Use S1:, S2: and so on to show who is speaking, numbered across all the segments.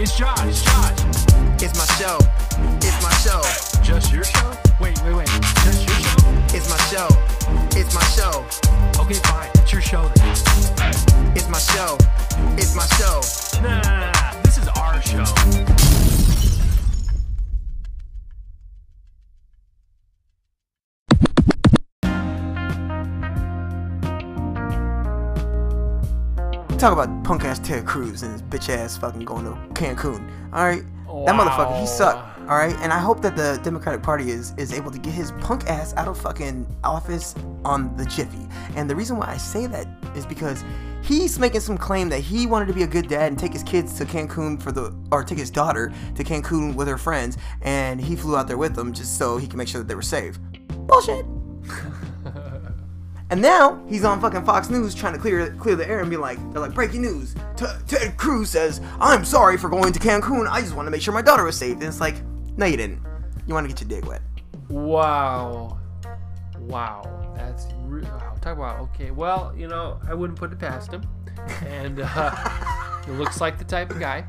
S1: It's Josh. It's Josh.
S2: It's my show. It's my show.
S1: Just your show? Wait, wait, wait. Just your show?
S2: It's my show. It's my show.
S1: Okay, fine. It's your show then.
S2: It's my show. It's my show.
S1: Nah, this is our show.
S2: Talk about punk ass Ted Cruz and his bitch ass fucking going to Cancun. All right, that motherfucker, he sucked. All right, and I hope that the Democratic Party is is able to get his punk ass out of fucking office on the jiffy. And the reason why I say that is because he's making some claim that he wanted to be a good dad and take his kids to Cancun for the or take his daughter to Cancun with her friends, and he flew out there with them just so he can make sure that they were safe. Bullshit. And now he's on fucking Fox News trying to clear clear the air and be like, they're like breaking news. T- Ted Cruz says, "I'm sorry for going to Cancun. I just want to make sure my daughter was safe." And it's like, no, you didn't. You want to get your dick wet.
S3: Wow. Wow. That's re- wow. Talk about okay. Well, you know, I wouldn't put it past him, and uh, he looks like the type of guy.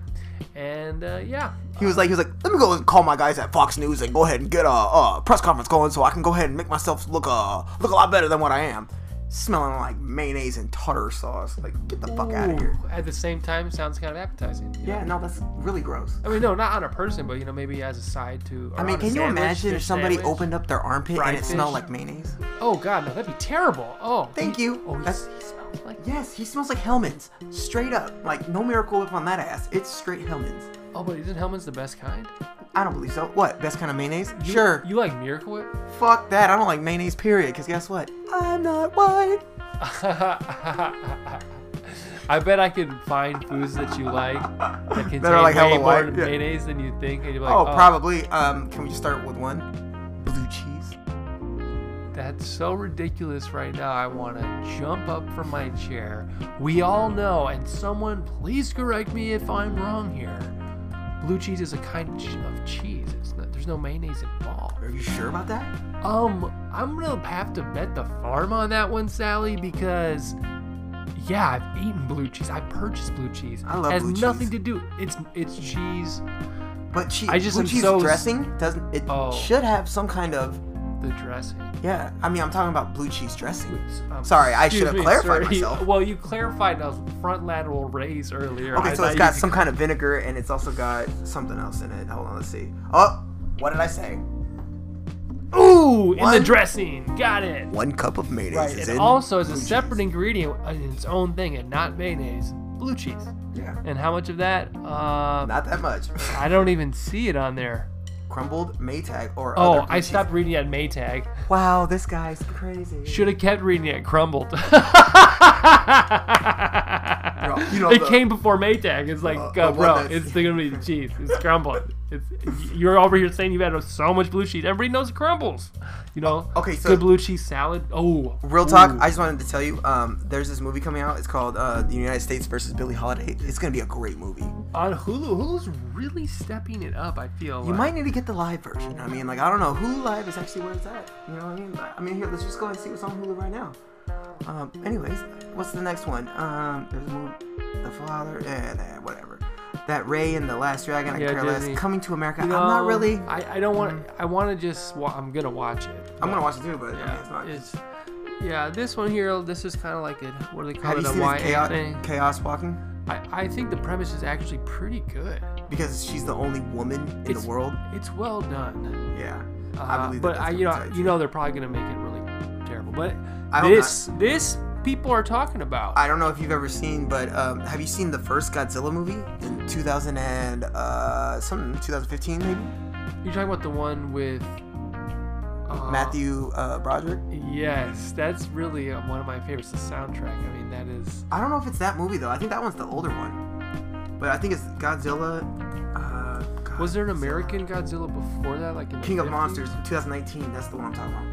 S3: And uh, yeah,
S2: He was like, he was like, let me go and call my guys at Fox News and go ahead and get a, a press conference going so I can go ahead and make myself look uh look a lot better than what I am. Smelling like mayonnaise and tartar sauce. Like, get the fuck out of here.
S3: Ooh, at the same time, sounds kind of appetizing. you know?
S2: Yeah, no, that's really gross.
S3: I mean, no, not on a person, but you know, maybe as a side to. or
S2: I mean,
S3: on a
S2: can you
S3: sandwich,
S2: imagine
S3: fish
S2: if somebody
S3: sandwich.
S2: opened up their armpit
S3: Fried
S2: and it smelled
S3: fish.
S2: like mayonnaise?
S3: Oh God, no, that'd be terrible. Oh.
S2: Thank
S3: he-
S2: you.
S3: Oh, he,
S2: That's-
S3: he smells like.
S2: Yes, he smells like Hellman's. Straight up. Like, no miracle whip on that ass. It's straight Hellman's.
S3: Oh, but isn't Hellman's the best kind?
S2: I don't believe so. What? Best kind of mayonnaise? sure.
S3: You like Miracle Whip?
S2: Fuck that. I don't like mayonnaise, period. Because guess what? I'm not white.
S3: I bet I could find foods that you like that contain
S2: are, like,
S3: way
S2: hella
S3: more
S2: white, yeah.
S3: mayonnaise than you think, and you're like,
S2: oh,
S3: oh,
S2: probably. Um, can we just start with one? Blue cheese.
S3: That's so ridiculous right now. I want to jump up from my chair. We all know, and someone please correct me if I'm wrong here. Blue cheese is a kind of ch- of cheese. It's not, there's no mayonnaise involved.
S2: Are you sure about that?
S3: Um, I'm gonna have to bet the farm on that one, Sally, because yeah, I've eaten blue cheese. I purchased blue cheese.
S2: I love
S3: It has
S2: blue
S3: nothing
S2: cheese.
S3: to do. It's it's cheese.
S2: But cheese.
S3: I just
S2: blue
S3: am
S2: cheese
S3: so s-
S2: dressing doesn't. It
S3: Oh.
S2: should have some kind of.
S3: The dressing.
S2: Yeah. I mean, I'm talking about blue cheese dressing.
S3: Um,
S2: Sorry, I
S3: excuse
S2: should have
S3: me,
S2: clarified
S3: sir. You-
S2: myself.
S3: Well, you clarified a front lateral raise earlier.
S2: Okay,
S3: I
S2: so
S3: thought
S2: it's
S3: you
S2: got
S3: could-
S2: some kind of vinegar and it's also got something else in it. Hold on, let's see. Oh, what did I say?
S3: Ooh, in the
S2: One-
S3: dressing. Got it.
S2: One cup of mayonnaise
S3: Right, and also as a separate ingredient in its own thing and not mayonnaise, blue cheese.
S2: yeah,
S3: And how much of that? Uh,
S2: not that much.
S3: I don't even see it on there.
S2: Crumbled Maytag or other
S3: Oh,
S2: blue
S3: I
S2: cheese.
S3: stopped reading at Maytag.
S2: Wow, this guy's crazy.
S3: Should have kept reading it. Crumbled.
S2: you know
S3: it
S2: the-
S3: came before Maytag. It's like,
S2: Uh,
S3: uh,
S2: the one
S3: bro,
S2: that's-
S3: it's still gonna be the cheese. It's crumbled. It's you're over here saying you've had so much blue cheese. Everybody knows it crumbles. You know.
S2: okay, so-
S3: good blue cheese salad. Oh,
S2: Real talk,
S3: ooh.
S2: I just wanted to tell you, um, there's this movie coming out. It's called uh, The United States versus Billie Holiday. It's gonna be a great movie. You
S3: on Hulu. Hulu's really stepping it up. I feel. like.
S2: might need to get the live version. I mean, like I don't know, Hulu Live is actually where it's at. You know what I mean? Like, I mean, here, let's just go and see what's on Hulu right now. Um, anyways, what's the next one? Um, there's one, The Father, and eh, whatever. That Ray and the Last Dragon. I
S3: Yeah,
S2: care less.
S3: Disney.
S2: Coming to America.
S3: You
S2: I'm not
S3: know,
S2: really.
S3: Um, I, I don't want. I want to just. Wa- I'm gonna watch it.
S2: I'm gonna watch it too, but I mean, it's
S3: Yeah,
S2: not.
S3: it's, yeah, this one here, this is kind of like a what do they call
S2: Have
S3: it?
S2: you
S3: A
S2: seen
S3: YA
S2: this chaos,
S3: thing.
S2: chaos Walking?
S3: I, I think the premise is actually pretty good.
S2: Because she's the only woman in
S3: It's-
S2: the world.
S3: It's well done.
S2: Yeah,
S3: Uh,
S2: believe that
S3: but
S2: that's
S3: I,
S2: what
S3: you
S2: it's
S3: know,
S2: tied
S3: you
S2: to.
S3: know, they're probably gonna make it really terrible. But
S2: I hope
S3: this, this people are talking about.
S2: I don't know if you've ever seen, but um, have you seen the first Godzilla movie in 2000 and uh, something 2015 maybe?
S3: You're talking about the one with uh,
S2: Matthew uh, Broderick.
S3: Yes, that's really uh, one of my favorites. The soundtrack. I mean, that is.
S2: I don't know if it's that movie though. I think that one's the older one, but I think it's Godzilla. Uh, God-
S3: Was there an American Godzilla before that, like in the
S2: King of
S3: 50s?
S2: Monsters 2019? That's the one I'm talking about.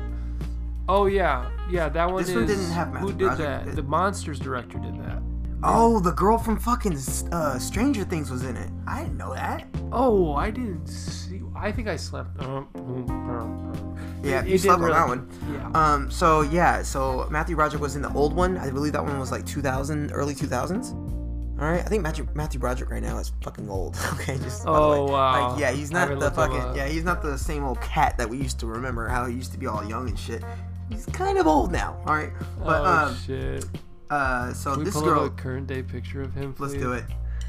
S3: Oh yeah, yeah, that one
S2: This
S3: is.
S2: one didn't have Matthew
S3: who did
S2: Broderick.
S3: that?
S2: It-
S3: The monsters director did that.
S2: Oh, the girl from fucking uh, Stranger Things was in it. I didn't know that.
S3: Oh, I didn't see. I think I slept. Um, um, um.
S2: Yeah,
S3: It-
S2: you
S3: it
S2: slept
S3: didn't
S2: on
S3: really-
S2: that one.
S3: Yeah.
S2: Um, so yeah, so Matthew Broderick was in the old one. I believe that one was like 2000, early 2000s. All All right, I think Matthew, Matthew Broderick right now is fucking old. Okay, just by the
S3: Oh,
S2: way.
S3: wow.
S2: Like, yeah, he's
S3: I
S2: not
S3: really
S2: the
S3: thought
S2: fucking
S3: that.
S2: yeah, he's not the same old cat that we used to remember. How he used to be all young and shit. He's kind of old now. All right, but
S3: oh
S2: um,
S3: shit!
S2: uh, so
S3: Can we
S2: this
S3: pull
S2: girl,
S3: up a current day picture of him.
S2: let's
S3: please?
S2: do it.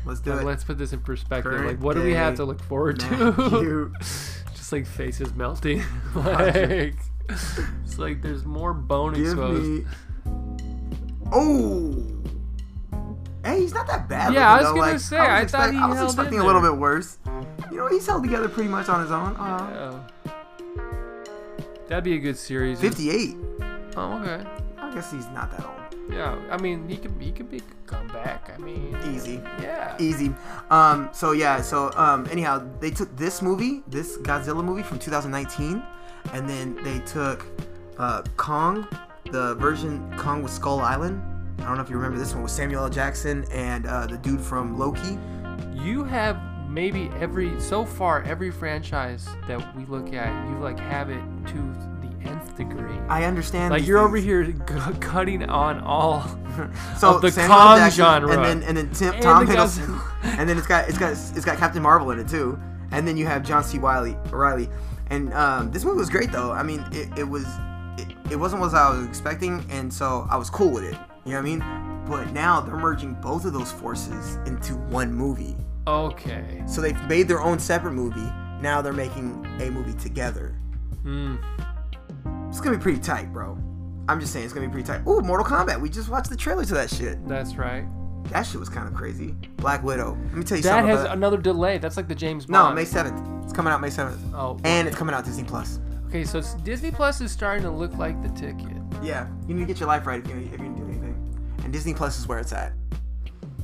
S2: Let's do
S3: And
S2: it.
S3: let's put this in perspective.
S2: Current
S3: like, what do we have
S2: day
S3: to look forward to?
S2: Matthew.
S3: just like faces melting. like, it's like there's more bone
S2: Give
S3: exposed.
S2: me. Oh. Hey, he's not that bad.
S3: Yeah, I
S2: looking,
S3: was
S2: though. Like,
S3: gonna say,
S2: I
S3: I
S2: was,
S3: thought
S2: expect-
S3: he
S2: I was
S3: held in
S2: expecting a little
S3: there.
S2: bit worse. You know, he's held together pretty much on his own. Uh,
S3: Oh. That'd be a good series.
S2: 58.
S3: Oh, okay.
S2: I guess he's not that old.
S3: Yeah, I mean, he could he could be a comeback. I mean,
S2: Easy.
S3: yeah.
S2: Easy. Um, so yeah, so um, anyhow, they took this movie, this Godzilla movie from 2019, and then they took uh, Kong, the version Kong with Skull Island. I don't know if you remember this one with Samuel L. Jackson and uh, the dude from Loki.
S3: You have maybe every so far every franchise that we look at, you like have it to the nth degree.
S2: I understand.
S3: Like
S2: these
S3: you're over
S2: things.
S3: here g- cutting on all
S2: so
S3: of the
S2: Samuel L.
S3: Kong
S2: Jackson,
S3: genre.
S2: and then and then Tim,
S3: And
S2: Tom
S3: the
S2: Hiddleston,
S3: Godzilla.
S2: and then it's got it's got it's got Captain Marvel in it too, and then you have John C. Wiley Riley, and um, this movie was great though. I mean, it, it was it, it wasn't what I was expecting, and so I was cool with it. You know what I mean? But now they're merging both of those forces into one movie.
S3: Okay.
S2: So they've made their own separate movie. Now they're making a movie together.
S3: Hmm.
S2: It's gonna be pretty tight, bro. I'm just saying it's gonna be pretty tight. Ooh, Mortal Kombat. We just watched the trailer to that shit.
S3: that's right.
S2: That shit was kind of crazy. Black Widow. Let me tell you
S3: That
S2: something.
S3: has
S2: about
S3: another delay. That's like the James
S2: no,
S3: Bond.
S2: May seventh. It's coming out May seventh,
S3: Oh.
S2: and it's coming out Disney Plus.
S3: Okay, so it's- Disney Plus is starting to look like the ticket.
S2: Yeah, you need to get your life right if you if you're gonna do anything. And Disney Plus is where it's at.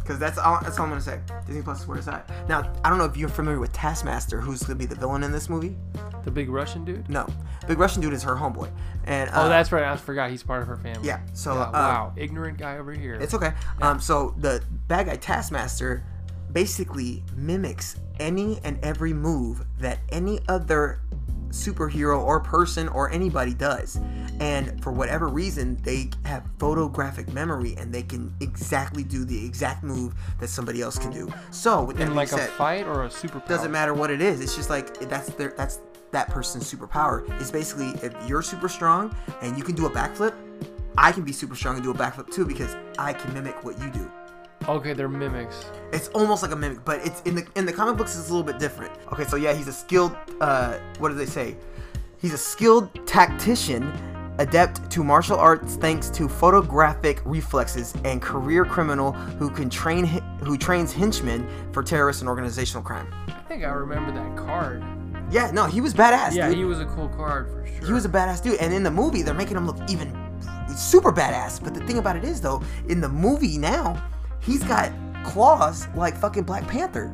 S2: Cause that's all that's all I'm gonna say. Disney Plus is where it's at. Now I don't know if you're familiar with Taskmaster, who's gonna be the villain in this movie.
S3: The big Russian dude.
S2: No, big Russian dude is her homeboy, and uh,
S3: Oh, that's right. I forgot he's part of her family.
S2: yeah. So
S3: Yeah,
S2: uh,
S3: wow, ignorant guy over here.
S2: It's okay. Um, so the bad guy Taskmaster basically mimics any and every move that any other superhero or person or anybody does. And for whatever reason, they have photographic memory and they can exactly do the exact move that somebody else can do. So with that
S3: in
S2: being
S3: like a
S2: said,
S3: fight or a superpower.
S2: doesn't matter what it is. It's just like that's their that's that person's superpower. It's basically if you're super strong and you can do a backflip, I can be super strong and do a backflip too because I can mimic what you do.
S3: Okay, they're mimics.
S2: It's almost like a mimic, but it's in the in the comic books it's a little bit different. Okay, so yeah, he's a skilled uh what do they say? He's a skilled tactician adept to martial arts thanks to photographic reflexes and career criminal who can train hi- who trains henchmen for terrorist and organizational crime.
S3: I think I remember that card.
S2: Yeah, no, he was badass.
S3: Yeah,
S2: dude.
S3: he was a cool card for sure.
S2: He was a badass dude, and in the movie, they're making him look even super badass. But the thing about it is, though, in the movie now, he's got claws like fucking Black Panther,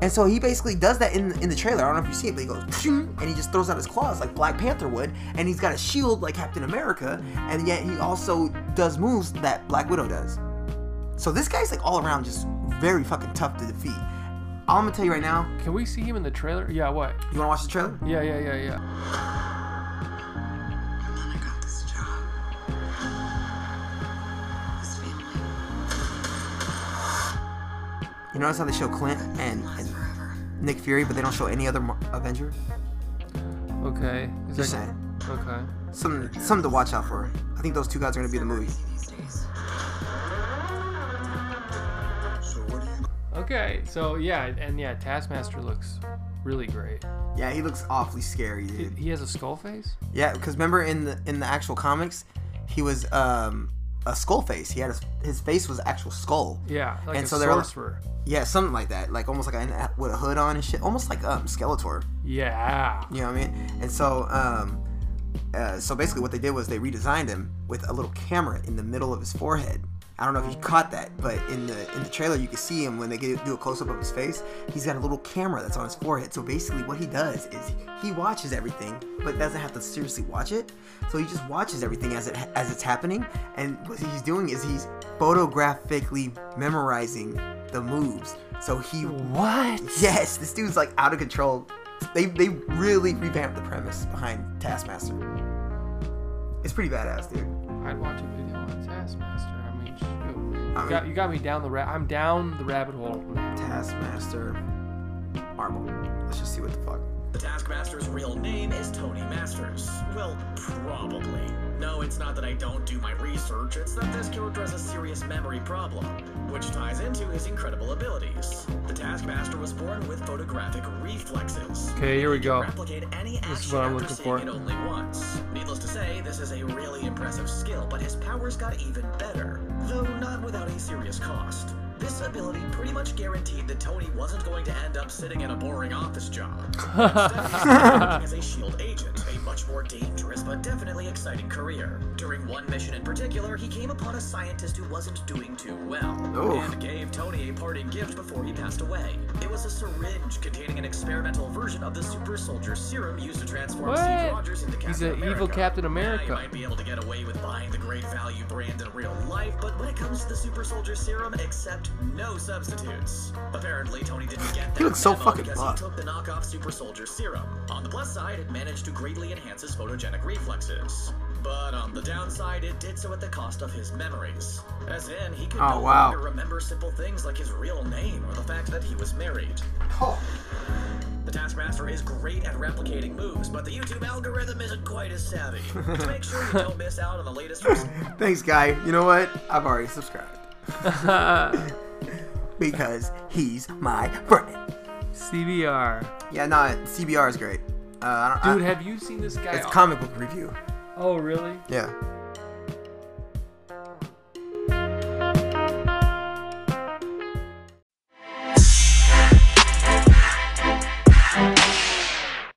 S2: and so he basically does that in in the trailer. I don't know if you see it, but he goes "Phew," and he just throws out his claws like Black Panther would, and he's got a shield like Captain America, and yet he also does moves that Black Widow does. So this guy's like all around just very fucking tough to defeat. All I'm gonna tell you right now,
S3: Can we see him in the trailer? Yeah. What?
S2: you wanna watch the trailer?
S3: Yeah, yeah, yeah, yeah.
S4: I got this job. This family.
S2: You notice how they show Clint and, and Nick Fury, but they don't show any other Mar- Avenger?
S3: Okay. Is
S2: Just
S3: that-
S2: saying.
S3: Okay.
S2: Something, something to watch out for. I think those two guys are going to be in the movie.
S4: These days.
S3: Okay. So yeah, and yeah, Taskmaster looks really great.
S2: Yeah, he looks awfully scary,
S3: He-
S2: dude.
S3: He has a skull face.
S2: Yeah, because remember in the in the actual comics, he was um, a skull face. He had his, his face was actual skull.
S3: Yeah, like
S2: And
S3: a
S2: so they're like-
S3: sorcerer.
S2: Yeah, something like that, like almost like a, with a hood on and shit, almost like um Skeletor.
S3: Yeah.
S2: You know what I mean? And so, um, uh, so basically, what they did was they redesigned him with a little camera in the middle of his forehead. I don't know if you caught that, but in the in the trailer, you can see him when they get, do a close up of his face. He's got a little camera that's on his forehead. So basically, what he does is he watches everything, but doesn't have to seriously watch it. So he just watches everything as it as it's happening. And what he's doing is he's photographically memorizing the moves. So he
S3: What?
S2: Yes, this dude's like out of control. They they really revamped the premise behind Taskmaster. It's pretty badass, dude.
S3: I'd watch a video on Taskmaster. I mean, shoot.
S2: I
S3: You got,
S2: mean-
S3: you got me down the ra- I'm down the rabbit hole now.
S2: Taskmaster Marvel. Let's just see what the fuck.
S5: The Taskmaster's real name is Tony Masters. Well, probably. No, it's not that I don't do my research, it's that this character has a serious memory problem, which ties into his incredible abilities. The Taskmaster was born with photographic reflexes.
S3: Okay, here we go.
S5: Replicate any action
S3: This is what I'm
S5: after
S3: looking
S5: seeing
S3: for.
S5: it only once. Needless to say, this is a really impressive skill, but his powers got even better, though not without a serious cost. This ability pretty much guaranteed that Tony wasn't going to end up sitting in a boring office job. Instead, as a shield E agent, a much more dangerous but definitely exciting career. During one mission in particular, he came upon a scientist who wasn't doing too well
S2: Oof.
S5: and gave Tony a parting gift before he passed away. It was a syringe containing an experimental version of the super soldier serum used to transform
S3: What?
S5: Steve Rogers into Captain
S3: He's an
S5: America.
S3: evil Captain America.
S5: Now, you might be able to get away with buying the great value brand in real life, but when it comes to the super soldier serum, accept no substitutes. Apparently, Tony didn't get that.
S2: looks so
S5: memo
S2: fucking
S5: because
S2: buff.
S5: he took the knockoff super soldier serum. On the plus side, it managed to greatly enhance his photogenic reflexes. But on the downside, it did so at the cost of his memories. As in, he could
S2: Oh,
S5: no
S2: wow.
S5: longer remember simple things like his real name or the fact that he was married. The Taskmaster is great at replicating moves, but the YouTube algorithm isn't quite as savvy. to make sure you don't miss out on the latest from
S2: Thanks, guy. You know what? I've already subscribed. because he's my friend.
S3: CBR.
S2: Yeah, nah, CBR is great. Uh, I don't,
S3: Dude,
S2: I,
S3: have you seen this guy?
S2: it's comic book review.
S3: oh, really?
S2: Yeah.